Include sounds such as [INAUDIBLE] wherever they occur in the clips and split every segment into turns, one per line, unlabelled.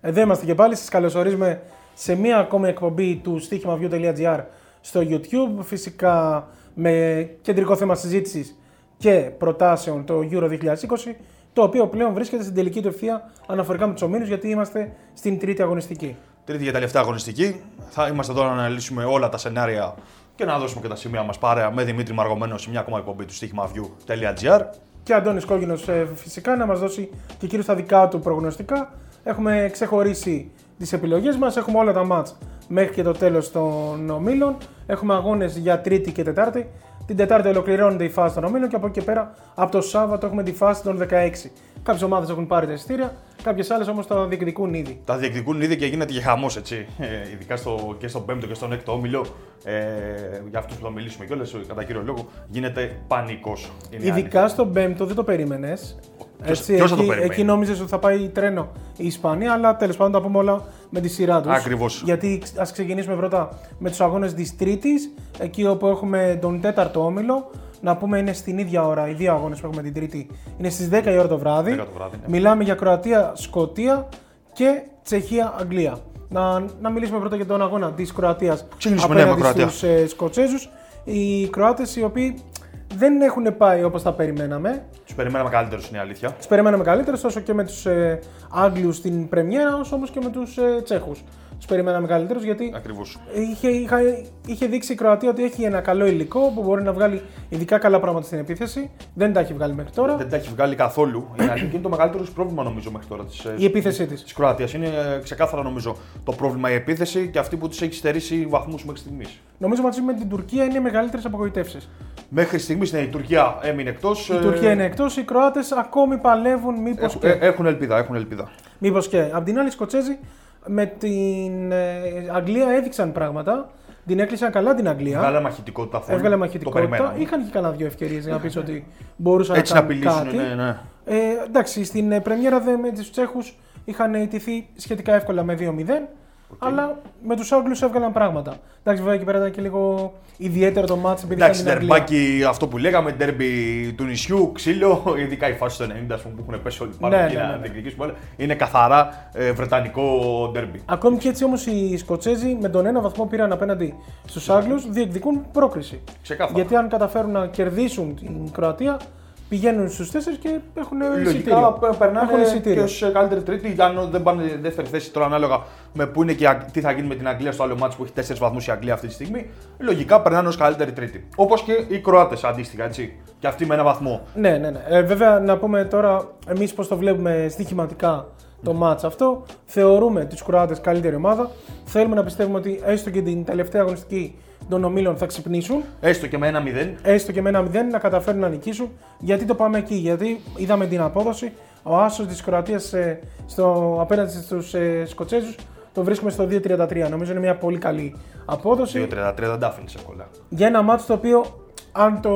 Εδώ Ε, είμαστε και πάλι. Σας καλωσορίζουμε σε μία ακόμη εκπομπή του στοίχημαβιού.gr στο YouTube. Φυσικά με κεντρικό θέμα συζήτησης και προτάσεων το Euro 2020, το οποίο πλέον βρίσκεται στην τελική του ευθεία αναφορικά με τους ομίλους, γιατί είμαστε στην τρίτη αγωνιστική.
Τρίτη για τελευταία αγωνιστική. Θα είμαστε εδώ να αναλύσουμε όλα τα σενάρια και να δώσουμε και τα σημεία μας παρέα με Δημήτρη Μαργομένο σε μια ακόμα εκπομπή του στοίχημαβιού.gr.
Και Αντώνης Κόκκινος ε, φυσικά να μας δώσει και κύριος τα δικά του προγνωστικά. Έχουμε ξεχωρίσει τις επιλογές μας, έχουμε όλα τα μάτς μέχρι και το τέλος των ομίλων. Έχουμε αγώνες για Τρίτη και Τετάρτη. Την Τετάρτη ολοκληρώνεται η φάση των ομίλων και από εκεί και πέρα από το Σάββατο έχουμε τη φάση των 16. Κάποιες ομάδες έχουν πάρει τα εισιτήρια, κάποιες άλλες όμως τα διεκδικούν ήδη.
Τα διεκδικούν ήδη και γίνεται και χαμός, έτσι. Ε, ειδικά στο, και στον 5ο και στον 6ο όμιλο. Ε, για αυτούς που θα μιλήσουμε κιόλας, κατά κύριο λόγο, γίνεται πανικός.
Ειδικά στον 5ο δεν το περίμενες.
Ποιος- ποιος θα το
εκεί,
περιμένει?
εκεί νόμιζες ότι θα πάει τρένο η Ισπανία, αλλά τέλος πάντων τα πούμε όλα με τη σειρά τους.
Ακριβώς.
Γιατί ας ξεκινήσουμε πρώτα με τους αγώνες της Τρίτης, εκεί όπου έχουμε τον τέταρτο όμιλο. Να πούμε είναι στην ίδια ώρα οι δύο αγώνες που έχουμε την Τρίτη. Είναι στις 10 η ώρα το βράδυ.
10 το βράδυ, ναι.
Μιλάμε για Κροατία, Σκοτία και Τσεχία-Αγγλία. Να, να μιλήσουμε πρώτα για τον αγώνα της Κροατίας
Ξεκινήσουμε, ναι, με Κροατία.
τους ε, Σκοτσέζους. Οι Κροάτες οι οποίοι δεν έχουν πάει όπως τα περιμέναμε.
Τους περιμέναμε καλύτερους, είναι η αλήθεια.
Τις περιμέναμε καλύτερες τόσο και με τους ε, Άγγλιους στην πρεμιέρα όσο όμως και με τους ε, Τσέχους. Τους περιμέναμε καλύτερους γιατί
Ακριβώς.
είχε, είχα- είχε δείξει η Κροατία ότι έχει ένα καλό υλικό που μπορεί να βγάλει ειδικά καλά πράγματα στην επίθεση. Δεν τα έχει βγάλει μέχρι τώρα.
Δεν τα έχει βγάλει καθόλου. Είναι, αλήθεια. είναι το μεγαλύτερο της πρόβλημα, νομίζω, μέχρι τώρα. Της,
Η επίθεσή της.
Της Κροατίας. Είναι ε, ξεκάθαρα, νομίζω, το πρόβλημα η επίθεση και αυτή που της έχει στερήσει βαθμούς μέχρι στιγμής.
Νομίζω μαζί με την Τουρκία είναι οι μεγαλύτερες απογοητεύσεις.
Μέχρι στιγμής ναι, η Τουρκία έμεινε εκτός.
Η Τουρκία είναι εκτός, οι Κροάτες ακόμη παλεύουν μήπως
Ε, Έχουν,
και...
έχουν ελπίδα, έχουν ελπίδα.
Μήπως και. Απ' την άλλη, οι Σκοτσέζοι με την ε, Αγγλία έδειξαν πράγματα. Την έκλεισαν καλά την Αγγλία.
Βγάλε μαχητικότητα θέλει.
Έβγαλε
Το
μαχητικότητα.
περιμέναμε. ναι.
Είχαν και κανένα δύο ευκαιρίες για να πεις ότι μπορούσαν
Έτσι να
να κάνουν
απειλήσουν,
κάτι.
ναι, ναι.
Ε, εντάξει, στην ε, πρεμιέρα δε, με τους Τσέχους είχαν ιτηθεί σχετικά εύκολα με 2-0. Αλλά με τους Άγγλους έβγαλαν πράγματα. Εντάξει, βέβαια εκεί πέρα ήταν και λίγο ιδιαίτερο το μάτσο επειδή ήταν
Εντάξει,
την Αγγλία.
ντερμπάκι αυτό που λέγαμε, ντερμπι του νησιού, ξύλο, ειδικά η φάση του 90 ας πούμε, που έχουν πέσει όλοι πάνω
Ναι,
και
ναι,
να
ναι.
διεκδικήσουν όλα. Είναι καθαρά ε, βρετανικό ντερμπι.
Ακόμη και έτσι όμως οι Σκοτσέζοι με τον ένα βαθμό που πήραν απέναντι στους Άγγλους διεκδικούν πρόκριση.
Ξεκάθαρα.
Γιατί αν καταφέρουν να κερδίσουν την Κροατία, πηγαίνουν στους 4 και έχουν
Λογικά
εισιτήριο.
πε- περνάνε
Έχουν
και ε,
εισιτήριο.
ως καλύτερη τρίτη. Αν δεν πάνε δεύτερη θέση τώρα, ανάλογα με πού είναι και η Αγ- τι θα γίνει με την Αγγλία στο άλλο μάτσο που έχει 4 βαθμούς η Αγγλία αυτή τη στιγμή, λογικά περνάνε ως καλύτερη τρίτη. Όπως και οι Κροάτες αντίστοιχα, έτσι. Και αυτοί με ένα βαθμό.
Ναι, ναι, ναι. Ε, βέβαια, να πούμε τώρα εμείς πώς το βλέπουμε στοιχηματικά το
Ναι.
μάτς αυτό. Θεωρούμε τους Κροάτες καλύτερη ομάδα. Θέλουμε να πιστεύουμε ότι έστω και την τελευταία αγωνιστική των ομίλων θα ξυπνήσουν.
Έστω και με ένα 0.
έστω και με ένα 0 να καταφέρουν να νικήσουν. Γιατί το πάμε εκεί, Γιατί είδαμε την απόδοση. Ο άσος της Κροατίας ε, στο, απέναντι στους ε, Σκοτσέζους το βρίσκουμε στο 2-33. Νομίζω είναι μια πολύ καλή απόδοση
2-33 δεν τα άφηνε εύκολα.
για ένα μάτσο το οποίο αν το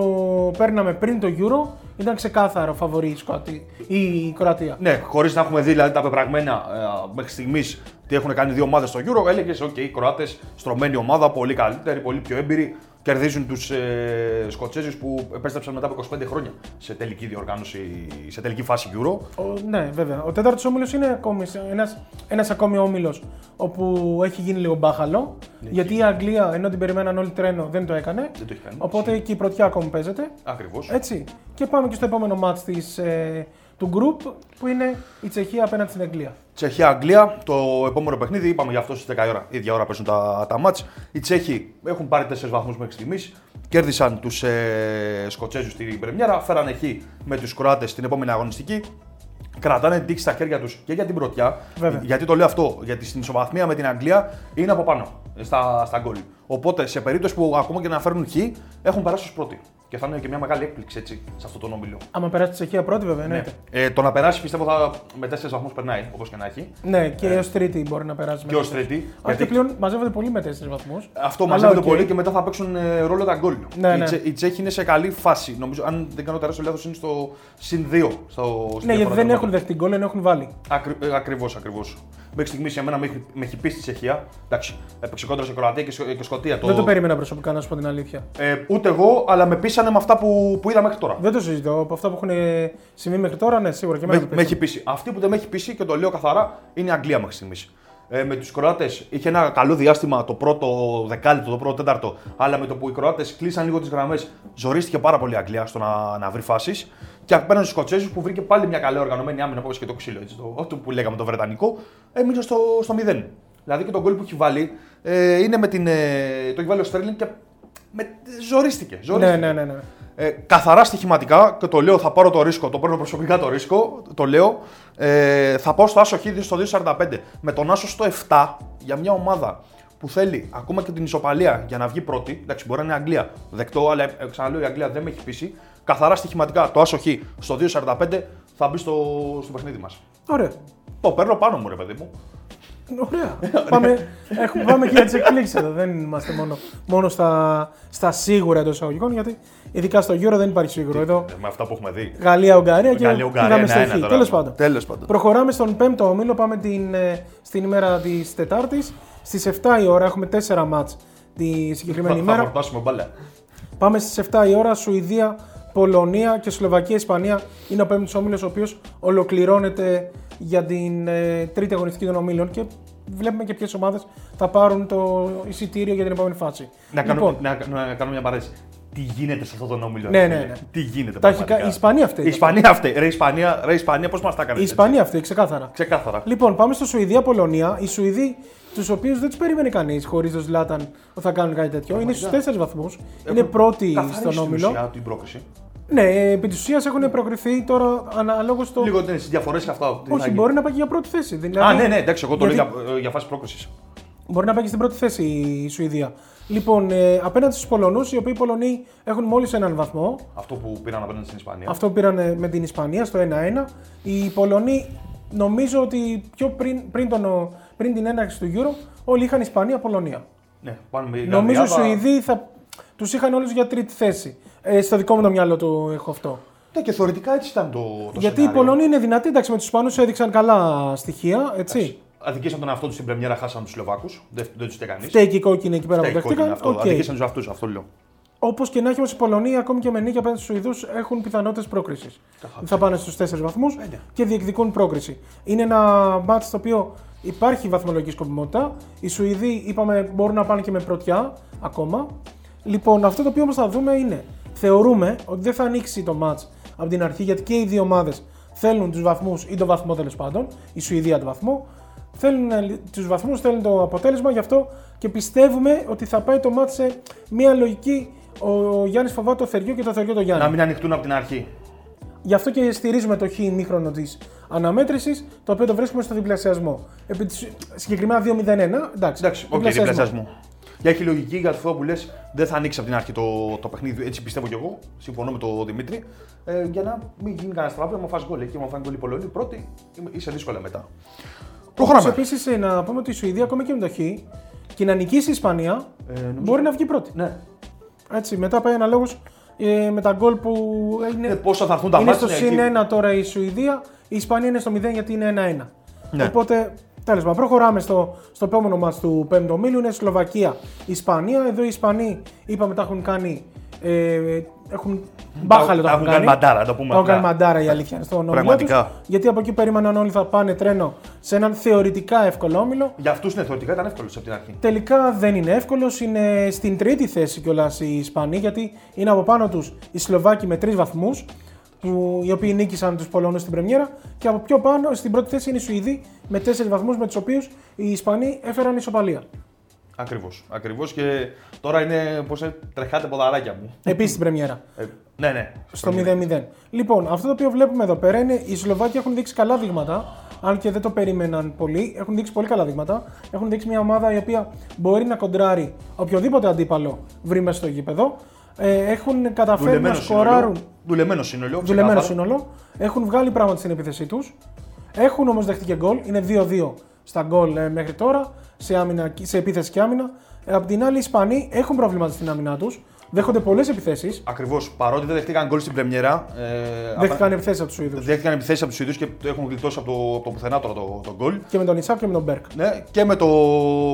παίρναμε πριν το Euro ήταν ξεκάθαρο φαβορή η, Σκοατή, η Κροατία.
Ναι, χωρίς να έχουμε δει δηλαδή, τα πεπραγμένα ε, μέχρι στιγμής τι έχουν κάνει δύο ομάδες στο Euro, έλεγες: OK, οι Κροάτες, στρωμένη ομάδα, πολύ καλύτερη, πολύ πιο έμπειροι. Κερδίζουν τους ε, Σκοτσέζους που επέστρεψαν μετά από 25 χρόνια σε τελική διοργάνωση, σε τελική φάση Euro.
Ο, ναι, βέβαια. Ο τέταρτος όμιλος είναι ακόμη ένας ένας ακόμη όμιλος όπου έχει γίνει λίγο μπάχαλο. γιατί η Αγγλία, ενώ την περιμέναν όλοι τρένο, δεν το έκανε.
Ναι, Δεν το έχει κάνει.
Οπότε και η πρωτιά ακόμη παίζεται.
Ακριβώς.
Έτσι. Και πάμε και στο επόμενο μάτς της, ε, του group που είναι η Τσεχία απέναντι στην Αγγλία.
Τσεχία-Αγγλία, το επόμενο παιχνίδι, είπαμε για αυτό στις 10 η ώρα, η ίδια ώρα παίζουν τα, τα μάτς. Οι Τσέχοι έχουν πάρει 4 βαθμούς μέχρι στιγμής. Κέρδισαν τους ε, Σκοτσέζους στην Πρεμιέρα, φέραν εκεί με τους Κροάτες την επόμενη αγωνιστική. Κρατάνε την τύχη στα χέρια τους και για την πρωτιά.
Βέβαια.
Γιατί το λέω αυτό, γιατί στην ισοβαθμία με την Αγγλία είναι από πάνω στα, στα γκολ. Οπότε σε περίπτωση που ακόμα και να φέρουν χ, έχουν περάσει ως πρώτοι. Και θα είναι και μια μεγάλη έκπληξη έτσι, σε αυτό τον όμιλο.
Άμα περάσει η Τσεχία πρώτη, βέβαια. Ναι,
Ε, το να περάσει πιστεύω θα, με 4 βαθμούς περνάει, όπως και να έχει.
ναι και έως τρίτη μπορεί να περάσει.
Ε. Και ως τρίτη.
Αν και
γιατί
πλέον μαζεύονται πολύ με τέσσερις βαθμούς.
Αυτό μαζεύεται πολύ και μετά θα παίξουν ε, ρόλο τα γκολ.
Ναι,
οι,
ναι.
Τσε- οι Τσέχοι είναι σε καλή φάση. Νομίζω, αν δεν κάνω τεράστιο λάθος, είναι στο συν 2. Στο,
Ναι, γιατί δεν έχουν δεχτεί γκολ, ενώ έχουν βάλει.
Ακριβώς, ακριβώς. ε, Μέχρι στιγμής σε μένα με έχει, με έχει πείσει η Τσεχία. Εντάξει, έπαιξε κόντρα σε Κροατία και, Σκο- και Σκοτία. Το...
Δεν το περίμενα προσωπικά, να σου πω την αλήθεια.
ε, ούτε εγώ, αλλά με πείσανε με αυτά που, που είδα μέχρι τώρα.
Δεν το συζητώ. Από αυτά που έχουν ε, συμβεί μέχρι τώρα, ναι, σίγουρα και
Με,
μέχρι.
με έχει πείσει. Αυτή που δεν με έχει πείσει και το λέω καθαρά είναι η Αγγλία μέχρι στιγμής. Ε, με τους Κροάτες είχε ένα καλό διάστημα το πρώτο δεκάλεπτο, το πρώτο τέταρτο. Αλλά με το που οι Κροάτες κλείσαν λίγο τις γραμμές, ζορίστηκε πάρα πολύ η Αγγλία στο να, να βρει φάσεις. Και απέναντι στους Σκοτσέζους που βρήκε πάλι μια καλή οργανωμένη άμυνα, όπως και το ξύλο, έτσι, το, το που λέγαμε το Βρετανικό, έμεινε στο, στο 0. Δηλαδή και τον γκολ που έχει βάλει ε, είναι με την, ε, το έχει βάλει ο Στέρλινγκ και με, ζορίστηκε.
Ναι,
ζορίστηκε.
ναι, ναι. ναι.
Ε, καθαρά στοιχηματικά, και το λέω, θα πάρω το ρίσκο, το παίρνω προσωπικά το ρίσκο, το λέω. Ε, θα πάω στο Άσο Χ στο 2,45. Με τον Άσο στο 7 για μια ομάδα που θέλει ακόμα και την ισοπαλία για να βγει πρώτη. Εντάξει, μπορεί να είναι Αγγλία. Δεκτό, αλλά ε, ξαναλέω η Αγγλία δεν με έχει πείσει. Καθαρά στοιχηματικά, το Άσο Χ στο 2,45 θα μπει στο, στο παιχνίδι μας.
Ωραία.
Το παίρνω πάνω μου, ρε παιδί μου.
Ωραία. πάμε, έχουμε, πάμε και για τις εκπλήξεις εδώ. Δεν είμαστε μόνο, μόνο στα, στα σίγουρα εντός εισαγωγικών, γιατί ειδικά στο Euro δεν υπάρχει σίγουρο. Εδώ
Ε, Με αυτά που έχουμε δει.
Γαλλία-Ουγγαρία Ε, και
Γαλλία-Ουγγαρία,
πήγαμε
ένα-ένα
στη
τώρα.
Τέλος πάντων.
Τέλος πάντων.
Προχωράμε στον 5ο ομίλο. Πάμε την, ε, στην ημέρα της Τετάρτης. Στις 7 η ώρα έχουμε 4 μάτ τη συγκεκριμένη
Θα, θα
ημέρα.
φορτώσουμε μπάλα.
Πάμε στις 7 η ώρα. Σουηδία, Πολωνία και Σλοβακία-Ισπανία είναι ο πέμπτος όμιλος, ο οποίος ολοκληρώνεται για την ε, τρίτη αγωνιστική των ομίλων. Και βλέπουμε και ποιες ομάδες θα πάρουν το εισιτήριο για την επόμενη φάση.
Να κάνω,
Λοιπόν,
να, να κάνω μια παρένθεση. Τι γίνεται σε αυτό το όμιλο.
Ναι,
ρε
ναι,
φίλε.
ναι.
Τι γίνεται.
Τα έχει
πραγματικά.
κα- η Ισπανία αυτή
Η
ήταν.
Ισπανία αυτή. Ρε Ισπανία, ρε Ισπανία πώς μας τα έκανε.
η Ισπανία αυτή, ξεκάθαρα.
Ξεκάθαρα.
Λοιπόν, πάμε στο Σουηδία-Πολωνία. Οι Σουηδοί, τους οποίους δεν τους περίμενε κανείς χωρίς τον Ζλάταν ότι θα κάνουν κάτι τέτοιο, είναι στους 4 βαθμούς. Είναι πρώτοι
Καθαρίσει
στον
στην
όμιλο.
ουσία την πρόκριση.
Ναι, επί της ουσίας έχουν προκριθεί τώρα αναλόγως το.
Λίγο τις διαφορές και αυτά. τι θα
Όχι,
γίνει.
μπορεί να πάει και για πρώτη θέση.
Α,
Δηλαδή,
ναι, ναι, εντάξει, εγώ το
γιατί-
λέω για, ε, για φάση πρόκρισης.
Μπορεί να πάει και στην πρώτη θέση η Σουηδία. Λοιπόν, ε, απέναντι στους Πολωνούς, οι οποίοι Πολωνοί έχουν μόλις έναν βαθμό.
Αυτό που πήραν απέναντι στην Ισπανία.
Αυτό πήραν ε, με την Ισπανία στο 1-1. Οι Πολωνοί, νομίζω ότι πιο πριν, πριν, τον, ο- πριν την έναρξη του Euro, όλοι είχαν Ισπανία-Πολωνία.
Ναι, πάμε με
Νομίζω οι
Γαλλία, αλλά-
Σουηδοί θα... τους είχαν όλους για τρίτη θέση. Ε, στο δικό μου το μυαλό το έχω αυτό.
Ναι, και θεωρητικά έτσι ήταν το, το
Γιατί οι
σενάριο.
Πολωνοί είναι δυνατοί, εντάξει, με τους Ισπανούς έδειξαν καλά στοιχεία, έτσι.
Αδικήσαν τον εαυτό τους στην Πρεμιέρα, χάσαν τους Σλοβάκους. Δεν, δεν τους έκανε κανείς.
Φταίει και η κόκκινη εκεί πέρα που δέχτηκαν.
αυτό.
Οκ.
Αδικήσαν τους αυτού, αυτό λέω.
Όπως και να έχει όμως οι Πολωνοί, ακόμη και με νίκη απέναντι στους Ιδού, έχουν πιθανότητες πρόκρισης. Θα πάνε στους 4 βαθμού και διεκδικούν πρόκριση. Είναι ένα μάτι στο οποίο υπάρχει βαθμολογική σκοπιμότητα. Οι Σουηδοί, είπαμε, μπορούν να πάνε και με πρωτιά ακόμα. Λοιπόν, αυτό το οποίο όμως θα δούμε είναι, θεωρούμε ότι δεν θα ανοίξει το μάτ από την αρχή, γιατί και οι δύο ομάδες θέλουν τους βαθμούς ή τον βαθμό τέλος πάντων, η Σουηδία τον βαθμό. Θέλουν τους βαθμούς, θέλουν το αποτέλεσμα, γι' αυτό και πιστεύουμε ότι θα πάει το μάτ σε μια λογική. Ο Γιάννης φοβάται το θεριό και το θεριό το Γιάννη.
Να μην ανοιχτούν από την αρχή.
Γι' αυτό και στηρίζουμε το χ ημίχρονο της αναμέτρησης, το οποίο το βρίσκουμε στο διπλασιασμό. Επί της, συγκεκριμένα 2-0-1, εντάξει.
Εντάξει, οκ, διπλασιασμό. Για έχει λογική για αυτό που λες, δεν θα ανοίξει από την αρχή το, το παιχνίδι. Έτσι πιστεύω κι εγώ. Συμφωνώ με τον Δημήτρη. Ε, για να μην γίνει κανένα τραπέζι, άμα φας γκολ εκεί, άμα φάνε γκολ οι Πολωνοί, πρώτη είμαι- είσαι δύσκολα μετά. Προχωράμε.
Επίσης, ε, να πούμε ότι η Σουηδία, ακόμα και με το χ, και να νικήσει η Ισπανία, μπορεί να βγει πρώτη.
Ε, Ναι.
Έτσι, μετά πάει αναλόγως ε, με τα γκολ που είναι.
Ε, πόσα θα έρθουν τα
είναι
μάτια
στο συν 1 τώρα η Σουηδία, η Ισπανία είναι στο 0 γιατί είναι 1-1.
Ναι.
Οπότε, τέλος πάντων, προχωράμε στο, στο επόμενο μα του 5ου ομίλου. Είναι Σλοβακία, Ισπανία. Εδώ οι Ισπανοί είπαμε τα έχουν κάνει. Ε, έχουν μπάχαλο
τα
τα,
έχουν κάνει μαντάρα, να το πούμε
Τα έχουν
απλά.
κάνει μαντάρα η αλήθεια είναι στο όνομα.
Πραγματικά.
τους, γιατί από εκεί περίμεναν όλοι θα πάνε τρένο σε έναν θεωρητικά εύκολο όμιλο.
Για αυτούς ναι, θεωρητικά ήταν εύκολος από την αρχή.
Τελικά δεν είναι εύκολος. Είναι στην τρίτη θέση κιόλας οι Ισπανοί, γιατί είναι από πάνω τους οι Σλοβάκοι με τρεις βαθμούς, οι οποίοι νίκησαν τους Πολωνούς στην Πρεμιέρα. Και από πιο πάνω στην πρώτη θέση είναι οι Σουηδοί με τέσσερις βαθμούς, με τους οποίους οι Ισπανοί έφεραν ισοπαλία.
Ακριβώς. Ακριβώς και τώρα είναι πώς τρεχάτε ποδαράκια μου.
Επίσης στην Πρεμιέρα.
Ε, ναι, ναι.
Στο 0-0. Λοιπόν, αυτό το οποίο βλέπουμε εδώ πέρα είναι οι Σλοβάκοι έχουν δείξει καλά δείγματα. Αν και δεν το περίμεναν πολύ, έχουν δείξει πολύ καλά δείγματα. Έχουν δείξει μια ομάδα η οποία μπορεί να κοντράρει οποιοδήποτε αντίπαλο βρει μέσα στο γήπεδο. Ε, έχουν καταφέρει να
Δουλεμένο
σκοράρουν
σύνολο. Δουλεμένο σύνολο.
δουλεμένο
ξεκάθαρα.
σύνολο. Έχουν βγάλει πράγματα στην επίθεσή τους. Έχουν όμως δεχτεί και γκολ. Είναι 2-2 στα γκολ ε, μέχρι τώρα σε, άμυνα, σε επίθεση και άμυνα. Ε, απ' την άλλη, οι Ισπανοί έχουν προβλήματα στην άμυνά τους. Δέχονται πολλές επιθέσεις.
Ακριβώς. Παρότι δεν δεχτήκαν γκολ στην Πρεμιέρα. Ε, απα-
Δέχτηκαν επιθέσεις από τους Σουηδούς.
δέχτηκαν επιθέσεις από τους Ιδού και το έχουν γλιτώσει από το, από το πουθενά τώρα το, το γκολ.
Και με τον Ισάπ και με τον Μπέρκ.
Ναι, και με, το,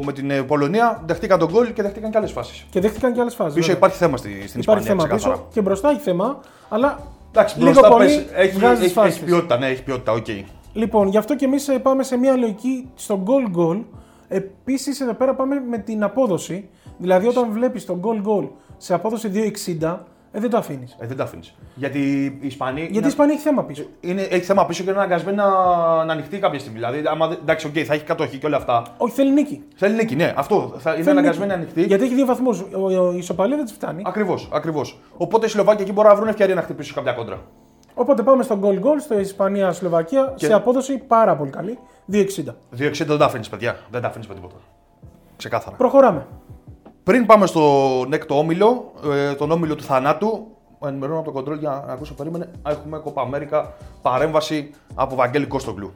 με την ε, Πολωνία δεχτήκαν τον γκολ και δεχτήκαν και άλλες φάσεις.
Και δέχτηκαν και άλλες φάσεις.
Πίσω υπάρχει θέμα στη, στην
Υπάρχει
Ισπανία.
θέμα
ξεκάθαρα.
πίσω και μπροστά έχει θέμα, αλλά
Εντάξει,
λίγο
μπροστά
πολύ
πες, έχει,
βγάζεις
έχει,
φάσεις.
έχει ποιότητα, ναι, έχει ποιότητα, οκ.
Λοιπόν, γι' αυτό και εμείς πάμε σε μια λογική στο goal goal. Επίσης, εδώ πέρα πάμε με την απόδοση. Δηλαδή, όταν βλέπεις το goal goal σε απόδοση 2,60, ε, δεν το αφήνεις.
Ε, δεν τα αφήνεις. Γιατί η Ισπανία.
Γιατί η Ισπανία έχει θέμα πίσω.
είναι, έχει θέμα πίσω και είναι αναγκασμένη να, να ανοιχτεί κάποια στιγμή. Δηλαδή, άμα, δεν- εντάξει, οκ, θα έχει κατοχή και όλα αυτά.
Όχι, θέλει νίκη.
Θέλει νίκη, ναι, αυτό. Θα, είναι
Θέλει
αναγκασμένη να
νίκη.
ανοιχτεί.
Γιατί έχει δύο βαθμούς. Η ισοπαλία δεν της φτάνει.
Ακριβώς, ακριβώς. Οπότε οι Σλοβάκοι εκεί μπορούν να βρουν ευκαιρία να χτυπήσουν κάποια κόντρα.
Οπότε πάμε στο goal goal στο Ισπανία-Σλοβακία σε απόδοση πάρα πολύ καλή. 2,60.
2-60 δεν τα αφήνεις, παιδιά. Δεν τα αφήνεις με τίποτα. Ξεκάθαρα.
Προχωράμε.
Πριν πάμε στον έκτο όμιλο, ε, τον όμιλο του θανάτου, ενημερώνω από το κοντρόλ για να ακούσω, περίμενε. Έχουμε Copa America παρέμβαση από Βαγγέλη Κόστογλου.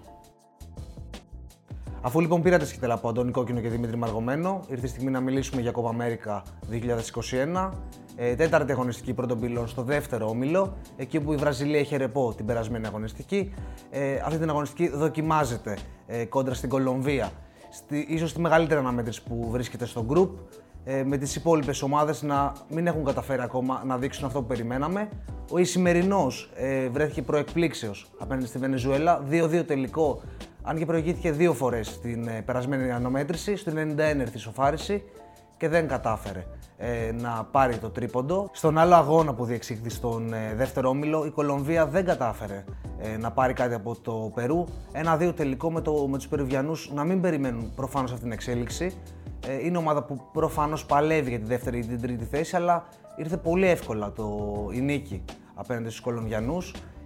Αφού λοιπόν πήρατε σκητέλα από Αντώνη Κόκκινο και Δημήτρη Μαργωμένο, ήρθε η στιγμή να μιλήσουμε για Copa America 2021. Ε, τέταρτη αγωνιστική πρώτον πυλών στο δεύτερο όμιλο, εκεί που η Βραζιλία είχε ρεπό την περασμένη αγωνιστική. Ε, αυτή την αγωνιστική δοκιμάζεται ε, κόντρα στην Κολομβία. Στη, ίσως τη μεγαλύτερη αναμέτρηση που βρίσκεται στο group, ε, με τις υπόλοιπες ομάδες να μην έχουν καταφέρει ακόμα να δείξουν αυτό που περιμέναμε. Ο Ισημερινός ε, βρέθηκε προεκπλήξεως απέναντι στη Βενεζουέλα, 2-2 τελικό αν και προηγήθηκε δύο φορές την ε, περασμένη αναμέτρηση, στην 91 ήρθε η σοφάριση και δεν κατάφερε ε, να πάρει το τρίποντο. Στον άλλο αγώνα που διεξήχθη στον ε, δεύτερο όμιλο, η Κολομβία δεν κατάφερε ε, να πάρει κάτι από το Περού. Ένα-δύο τελικό με, το, με τους Περουβιανούς να μην περιμένουν προφανώς αυτή την εξέλιξη. Ε, είναι ομάδα που προφανώς παλεύει για τη δεύτερη ή την τρίτη θέση, αλλά ήρθε πολύ εύκολα το, η νίκη απέναντι στους Κολομβιανούς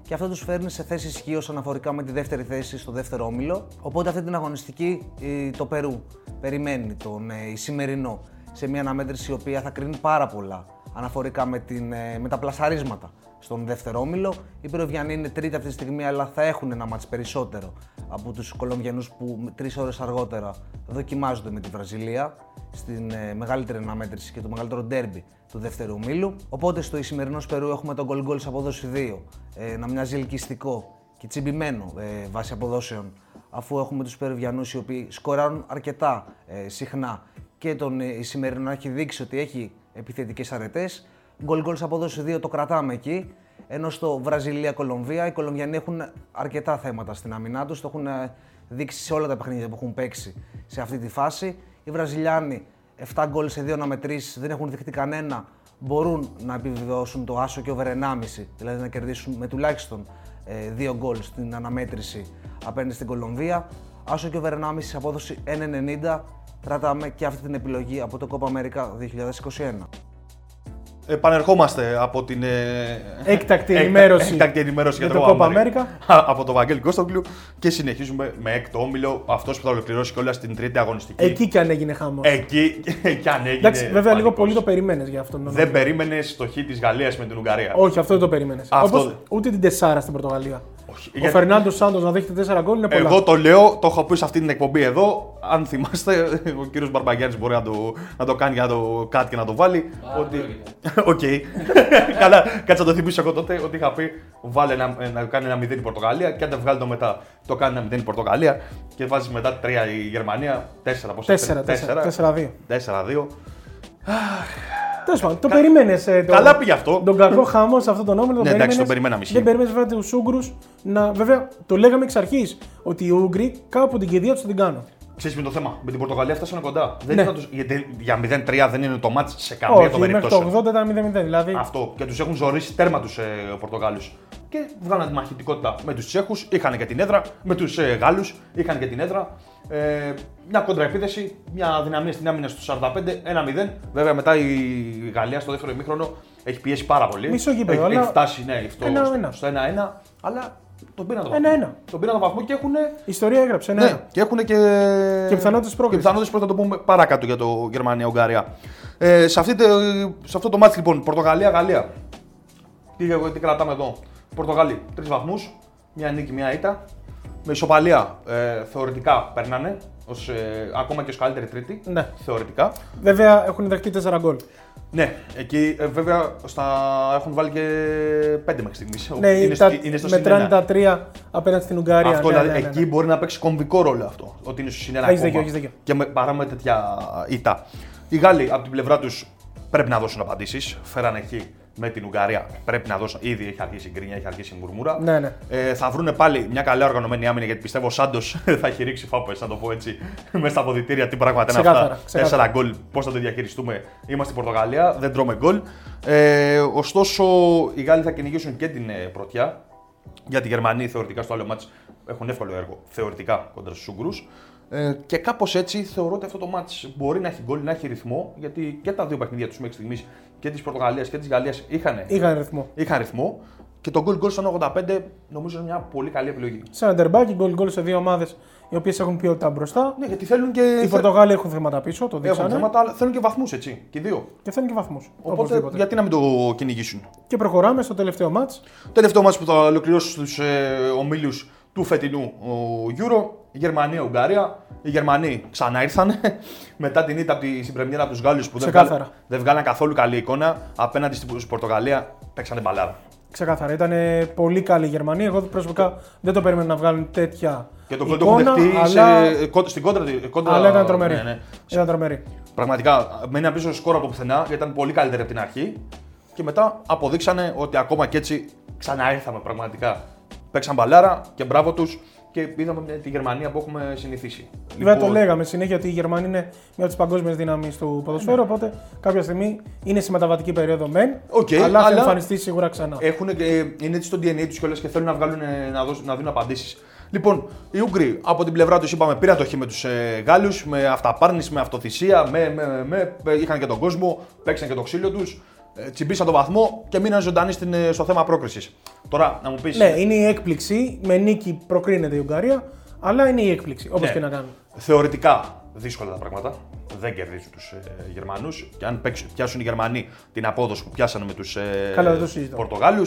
και αυτό τους φέρνει σε θέση ισχύω αναφορικά με τη δεύτερη θέση στο δεύτερο όμιλο. Οπότε αυτή την αγωνιστική ε, το Περού περιμένει τον ε, σημερινό σε μια αναμέτρηση η οποία θα κρίνει πάρα πολλά αναφορικά με, την, ε, με τα πλασαρίσματα στον δεύτερο όμιλο. Οι Περουβιανοί είναι τρίτη αυτή τη στιγμή, αλλά θα έχουν ένα μάτς περισσότερο από τους Κολομβιανούς που τρεις ώρες αργότερα δοκιμάζονται με τη Βραζιλία στην ε, μεγαλύτερη αναμέτρηση και το μεγαλύτερο ντέρμπι του δεύτερου ομίλου. Οπότε στο σημερινό Περού έχουμε τον goal goal σε απόδοση 2, ε, να μοιάζει ελκυστικό και τσιμπημένο ε, βάσει αποδόσεων, αφού έχουμε τους Περουβιανούς οι οποίοι σκοράρουν αρκετά ε, συχνά και τον ε, σημερινό έχει δείξει ότι έχει επιθετικές αρετές. Goal goal σε απόδοση 2 το κρατάμε εκεί. Ενώ στο Βραζιλία-Κολομβία οι Κολομβιανοί έχουν αρκετά θέματα στην αμυνά τους. Το έχουν ε, δείξει σε όλα τα παιχνίδια που έχουν παίξει σε αυτή τη φάση. Οι Βραζιλιάνοι 7 γκολ σε 2 αναμετρήσει, δεν έχουν δεχτεί κανένα. Μπορούν να επιβεβαιώσουν το άσο και over 1,5, δηλαδή να κερδίσουν με τουλάχιστον 2 γκολ στην αναμέτρηση απέναντι στην Κολομβία. Άσο και over 1,5 σε απόδοση 1,90. Κρατάμε και αυτή την επιλογή από το Copa America 2021.
Επανερχόμαστε από την. ε,
Έκτακτη
έκτα-
ενημέρωση.
Έκτακτη ενημέρωση για,
Για το Copa America.
Α, από τον Βαγγέλη Κόστογλου και συνεχίζουμε με έκτο όμιλο. Αυτός που θα ολοκληρώσει και όλα στην τρίτη αγωνιστική.
Ε, Εκεί κι αν έγινε χάμος.
Ε, Εκεί [LAUGHS] και αν έγινε.
Εντάξει, βέβαια λίγο
πανικός.
πολύ το περίμενες για αυτόν. τον
Δεν
αγώνα.
περίμενες το χ της Γαλλίας με την Ουγγαρία.
Όχι, αυτό δεν το περίμενες.
Αυτό
Όπως
δεν. Ε,
ούτε την Τεσάρα στην Πορτογαλία. Ο
γιατί-
Φερνάντος Σάντος να δέχεται 4 γκολ είναι πολλά.
Εγώ το λέω, το έχω πει σε αυτή την εκπομπή εδώ. Αν θυμάστε, ο κύριος Μπαρμπαγιάννης μπορεί να το, να το κάνει και να το κάτι και να το βάλει. ότι. Οκ. [LAUGHS] Καλά, κάτσε να το θυμίσω εγώ τότε ότι είχα πει βάλε ένα, ε, να κάνει ένα 0 η Πορτογαλία και αν δεν βγάλει το μετά, το κάνει ένα 0 η Πορτογαλία και βάζει μετά 3 η Γερμανία. 4 πώ
4-2.
4-2.
Τέλος πάντων, το περίμενες.
Καλά πήγε αυτό.
Τον κακό χαμό σε αυτόν τον όμιλο.
Ναι, εντάξει,
περίμενες.
τον περιμέναμε, ισχύει.
Δεν περίμενες βέβαια τους Ούγγρους να. Βέβαια, το λέγαμε εξ αρχής ότι οι Ούγγροι κάπου την κηδεία τους την κάνουν.
Ξέρεις με το θέμα, με την Πορτογαλία φτάσανε κοντά. Δεν
Ναι.
ήταν τους- γιατί για 0-3 δεν είναι το μάτς σε καμία
Όχι,
των
μέχρι
περιπτώσεων.
το 80 ήταν 0-0. Δηλαδή,
Αυτό. Και τους έχουν ζωρίσει τέρμα τους ε, Πορτογάλου. Και βγάλαν τη μαχητικότητα με τους Τσέχους, είχαν και την έδρα. Με τους ε, Γάλλους, είχαν και την έδρα. Ε, μια κοντραεπίδεση, μια δυναμία στην άμυνα στου 45, 1-0. Βέβαια μετά η Γαλλία στο δεύτερο ημίχρονο έχει πιέσει πάρα πολύ.
Μισό γήπεδο,
έχει,
αλλά
έχει φτάσει ναι, στο,
ένα-ένα.
στο 1-1. Αλλά τον πήραν το βαθμό.
Ένα-ένα.
Τον πήραν το βαθμό και έχουν.
η ιστορία έγραψε. Ναι.
Ναι, και έχουν και.
Και πιθανότητες πρόκρισης.
Και πιθανότητες πρόκρισης, θα το πούμε παρακάτω για το Γερμανία-Ουγγαρία. Ε, σε, αυτή, τε- σε αυτό το μάτι λοιπόν, Πορτογαλία-Γαλλία. Τι, λέγω- τι κρατάμε εδώ. Πορτογαλοί, τρεις βαθμούς. Μια νίκη, μια ήττα. Με ισοπαλία ε, θεωρητικά περνάνε. ως, ε, ακόμα και ως καλύτερη τρίτη.
Ναι.
Θεωρητικά.
Βέβαια έχουν δεχτεί 4 γκολ.
Ναι, εκεί ε, βέβαια στα... έχουν βάλει και πέντε μέχρι στιγμής.
Ναι,
είναι,
τα,
στη- είναι στο
μετράνε
συνένα.
τα τρία απέναντι στην Ουγγαρία.
Αυτό,
ναι,
δηλαδή,
ναι, ναι, ναι.
εκεί μπορεί να παίξει κομβικό ρόλο αυτό. Ότι είναι στο συνένα
Έχεις δίκιο,
ακόμα.
έχεις δίκιο.
Και με, παρά με τέτοια ήττα. Οι Γάλλοι από την πλευρά τους πρέπει να δώσουν απαντήσεις. Φέραν εκεί με την Ουγγαρία. Πρέπει να δώσουν. Ήδη έχει αρχίσει η γκρίνια, έχει αρχίσει η μουρμούρα.
Ναι, ναι.
Ε, θα βρουν πάλι μια καλά οργανωμένη άμυνα γιατί πιστεύω ο Σάντος [LAUGHS] θα έχει ρίξει φάπε, να το πω έτσι, [LAUGHS] μέσα στα αποδητήρια. Τι πράγματα είναι
Ξεκάθαρα,
αυτά.
ξεκάθαρα.
Τέσσερα γκολ, πώς θα το διαχειριστούμε. Είμαστε η Πορτογαλία, δεν τρώμε γκολ. Ε, ωστόσο, οι Γάλλοι θα κυνηγήσουν και την ε, πρωτιά. Γιατί οι Γερμανοί θεωρητικά στο άλλο μάτς έχουν εύκολο έργο. Θεωρητικά κοντά στους Ούγγρους. Ε, και κάπως έτσι θεωρώ ότι αυτό το μάτς μπορεί να έχει γκολ, να έχει ρυθμό. Γιατί και τα δύο παιχνίδια τους μέχρι στιγμής και της Πορτογαλίας και της Γαλλίας είχαν,
Είχαν ρυθμό.
είχαν ρυθμό. Και το γκολ γκολ στον 85 νομίζω είναι μια πολύ καλή επιλογή.
Σε ένα ντερμπάκι, γκολ γκολ σε δύο ομάδες οι οποίες έχουν ποιότητα μπροστά.
Ναι, γιατί θέλουν και.
Οι Πορτογάλοι έχουν θέματα πίσω, το
Έχουν
δείξανε.
θέματα, αλλά θέλουν και βαθμούς έτσι. Και δύο.
Και θέλουν και βαθμούς.
Οπότε γιατί να μην το κυνηγήσουν.
Και προχωράμε στο τελευταίο μάτ.
Τελευταίο μάτς που θα ολοκληρώσει στους ε, ομίλους του φετινού ο, Euro, Γερμανία-Ουγγαρία. Οι Γερμανοί ξανά ήρθαν [LAUGHS] μετά την ήττα από τη, στην πρεμιέρα από τους Γάλλους που δεν,
Ξεκάθαρα.
βγάλα- δεν βγάλαν καθόλου καλή εικόνα. Απέναντι στην Πορτογαλία παίξανε μπαλάρα.
Ξεκάθαρα. Ήταν πολύ καλή η Γερμανία. Εγώ προσωπικά δεν το περίμενα να βγάλουν τέτοια.
Και το γκολ το έχουν δεχτεί
αλλά,
σε, κόντρα- στην κόντρα. τη- κόντρα-
αλλά ήταν τρομερή.
Ναι, ναι.
Ήταν τρομερή.
Πραγματικά μένει πίσω σκόρ από πουθενά γιατί ήταν πολύ καλύτερη από την αρχή. Και μετά αποδείξανε ότι ακόμα και έτσι ξαναήρθαμε πραγματικά. Παίξαν μπαλάρα και μπράβο τους και είδαμε τη Γερμανία που έχουμε συνηθίσει.
Βέβαια
Λοιπόν,
το λέγαμε συνέχεια ότι η Γερμανία είναι μια από τις παγκόσμιες δύναμει του ποδοσφαίρου. Οπότε κάποια στιγμή είναι σε μεταβατική περίοδο μεν.
Ναι. Οκ,
αλλά θα
αλλά-
εμφανιστεί σίγουρα ξανά.
Έχουν, ε, είναι έτσι στο DNA τους κιόλας και θέλουν να, βγάλουν, ε, να, δώσουν, να δίνουν απαντήσεις. Λοιπόν, οι Ούγγροι από την πλευρά τους είπαμε πήραν το χ με τους ε, Γάλλους, με αυταπάρνηση, με αυτοθυσία, με, με, με, με, είχαν και τον κόσμο, παίξαν και το ξύλο τους, ε, τσιμπήσαν τον βαθμό και μείναν ζωντανοί στην, ε, στο θέμα πρόκρισης. Τώρα να μου ε, πεις.
Ναι, είναι η έκπληξη. Με νίκη προκρίνεται η Ουγγαρία. Αλλά είναι η έκπληξη, όπως
Ναι.
και να κάνουμε.
Θεωρητικά δύσκολα τα πράγματα. Δεν κερδίζουν τους ε, Γερμανούς. Και αν παίξουν, πιάσουν οι Γερμανοί την απόδοση που πιάσανε με τους
Καλά, δεν το
ε,
συζητώ.
Πορτογάλου.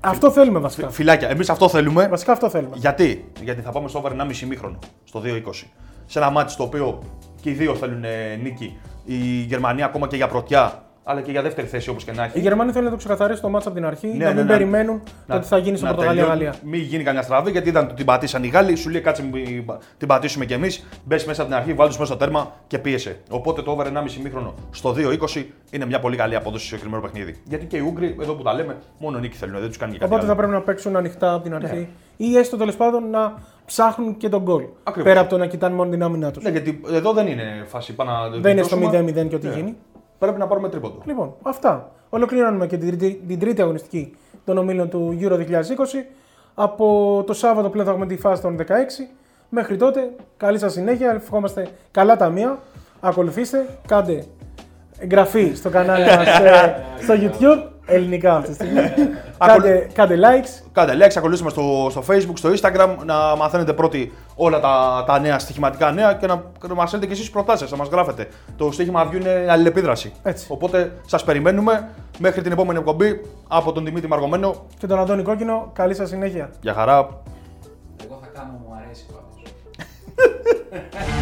Αυτό θέλουμε βασικά.
Φυλάκια, εμείς αυτό θέλουμε.
Βασικά αυτό θέλουμε.
Γιατί? Γιατί θα πάμε στο over 1,5 μήχρονο, στο 2-20. Σε ένα μάτι το οποίο και οι δύο θέλουν ε, νίκη. Η Γερμανία ακόμα και για πρωτιά, αλλά και για δεύτερη θέση όπως και να
Οι
έχει.
Γερμανοί θέλουν να το ξεκαθαρίσουν το μάτς από την αρχή, να μην περιμένουν το
Ναι, να-
ότι θα γίνει στο
να
Πορτογαλία-Γαλλία.
τελειώνει. Μην γίνει καμιά στραβή, γιατί ήταν την πατήσαν οι Γάλλοι. Σου λέει κάτσε μη- την πατήσουμε κι εμείς. Μπες μέσα από την αρχή, βάλεις μέσα στο τέρμα και πίεσε. Οπότε το over 1,5 μήχρονο στο 2-20 είναι μια πολύ καλή απόδοση σε συγκεκριμένο παιχνίδι. Γιατί και οι Ούγγροι, εδώ που τα λέμε, μόνο νίκη θέλουν, δεν τους κάνει και κάτι.
Οπότε θα
άλλο.
πρέπει να παίξουν ανοιχτά από την αρχή
Ναι.
ή έστω τέλος πάντων να ψάχνουν και τον γκολ.
Ακριβώς.
Πέρα από το να κοιτάνε μόνο την άμυνά τους.
Ναι, γιατί εδώ δεν είναι φάση πάνω.
Δεν είναι στο 0-0 και ό,τι γίνει.
Ναι. Πρέπει να πάρουμε τρίποντο.
Λοιπόν, αυτά. Ολοκληρώνουμε και την τρίτη, την τρίτη αγωνιστική των ομίλων του Euro 2020. Από το Σάββατο πλέον θα έχουμε τη φάση των 16. Μέχρι τότε, καλή σας συνέχεια. Ευχόμαστε καλά ταμεία. Ακολουθήστε, κάντε εγγραφή στο κανάλι μας ε, στο YouTube. Ελληνικά αυτή τη στιγμή. κάντε, κάντε likes.
Κάντε like, ακολουθήστε μας στο, στο facebook, στο instagram, να μαθαίνετε πρώτοι όλα τα, τα νέα στοιχηματικά νέα και να, να μας στέλνετε και εσείς προτάσεις, να μας γράφετε. Το στοίχημα Αβιού είναι αλληλεπίδραση.
Έτσι.
Οπότε σας περιμένουμε μέχρι την επόμενη εκπομπή από τον Δημήτρη Μαργομένο.
Και τον Αντώνη Κόκκινο, καλή σας συνέχεια.
Γεια χαρά.
Εγώ θα κάνω μου αρέσει πάντως.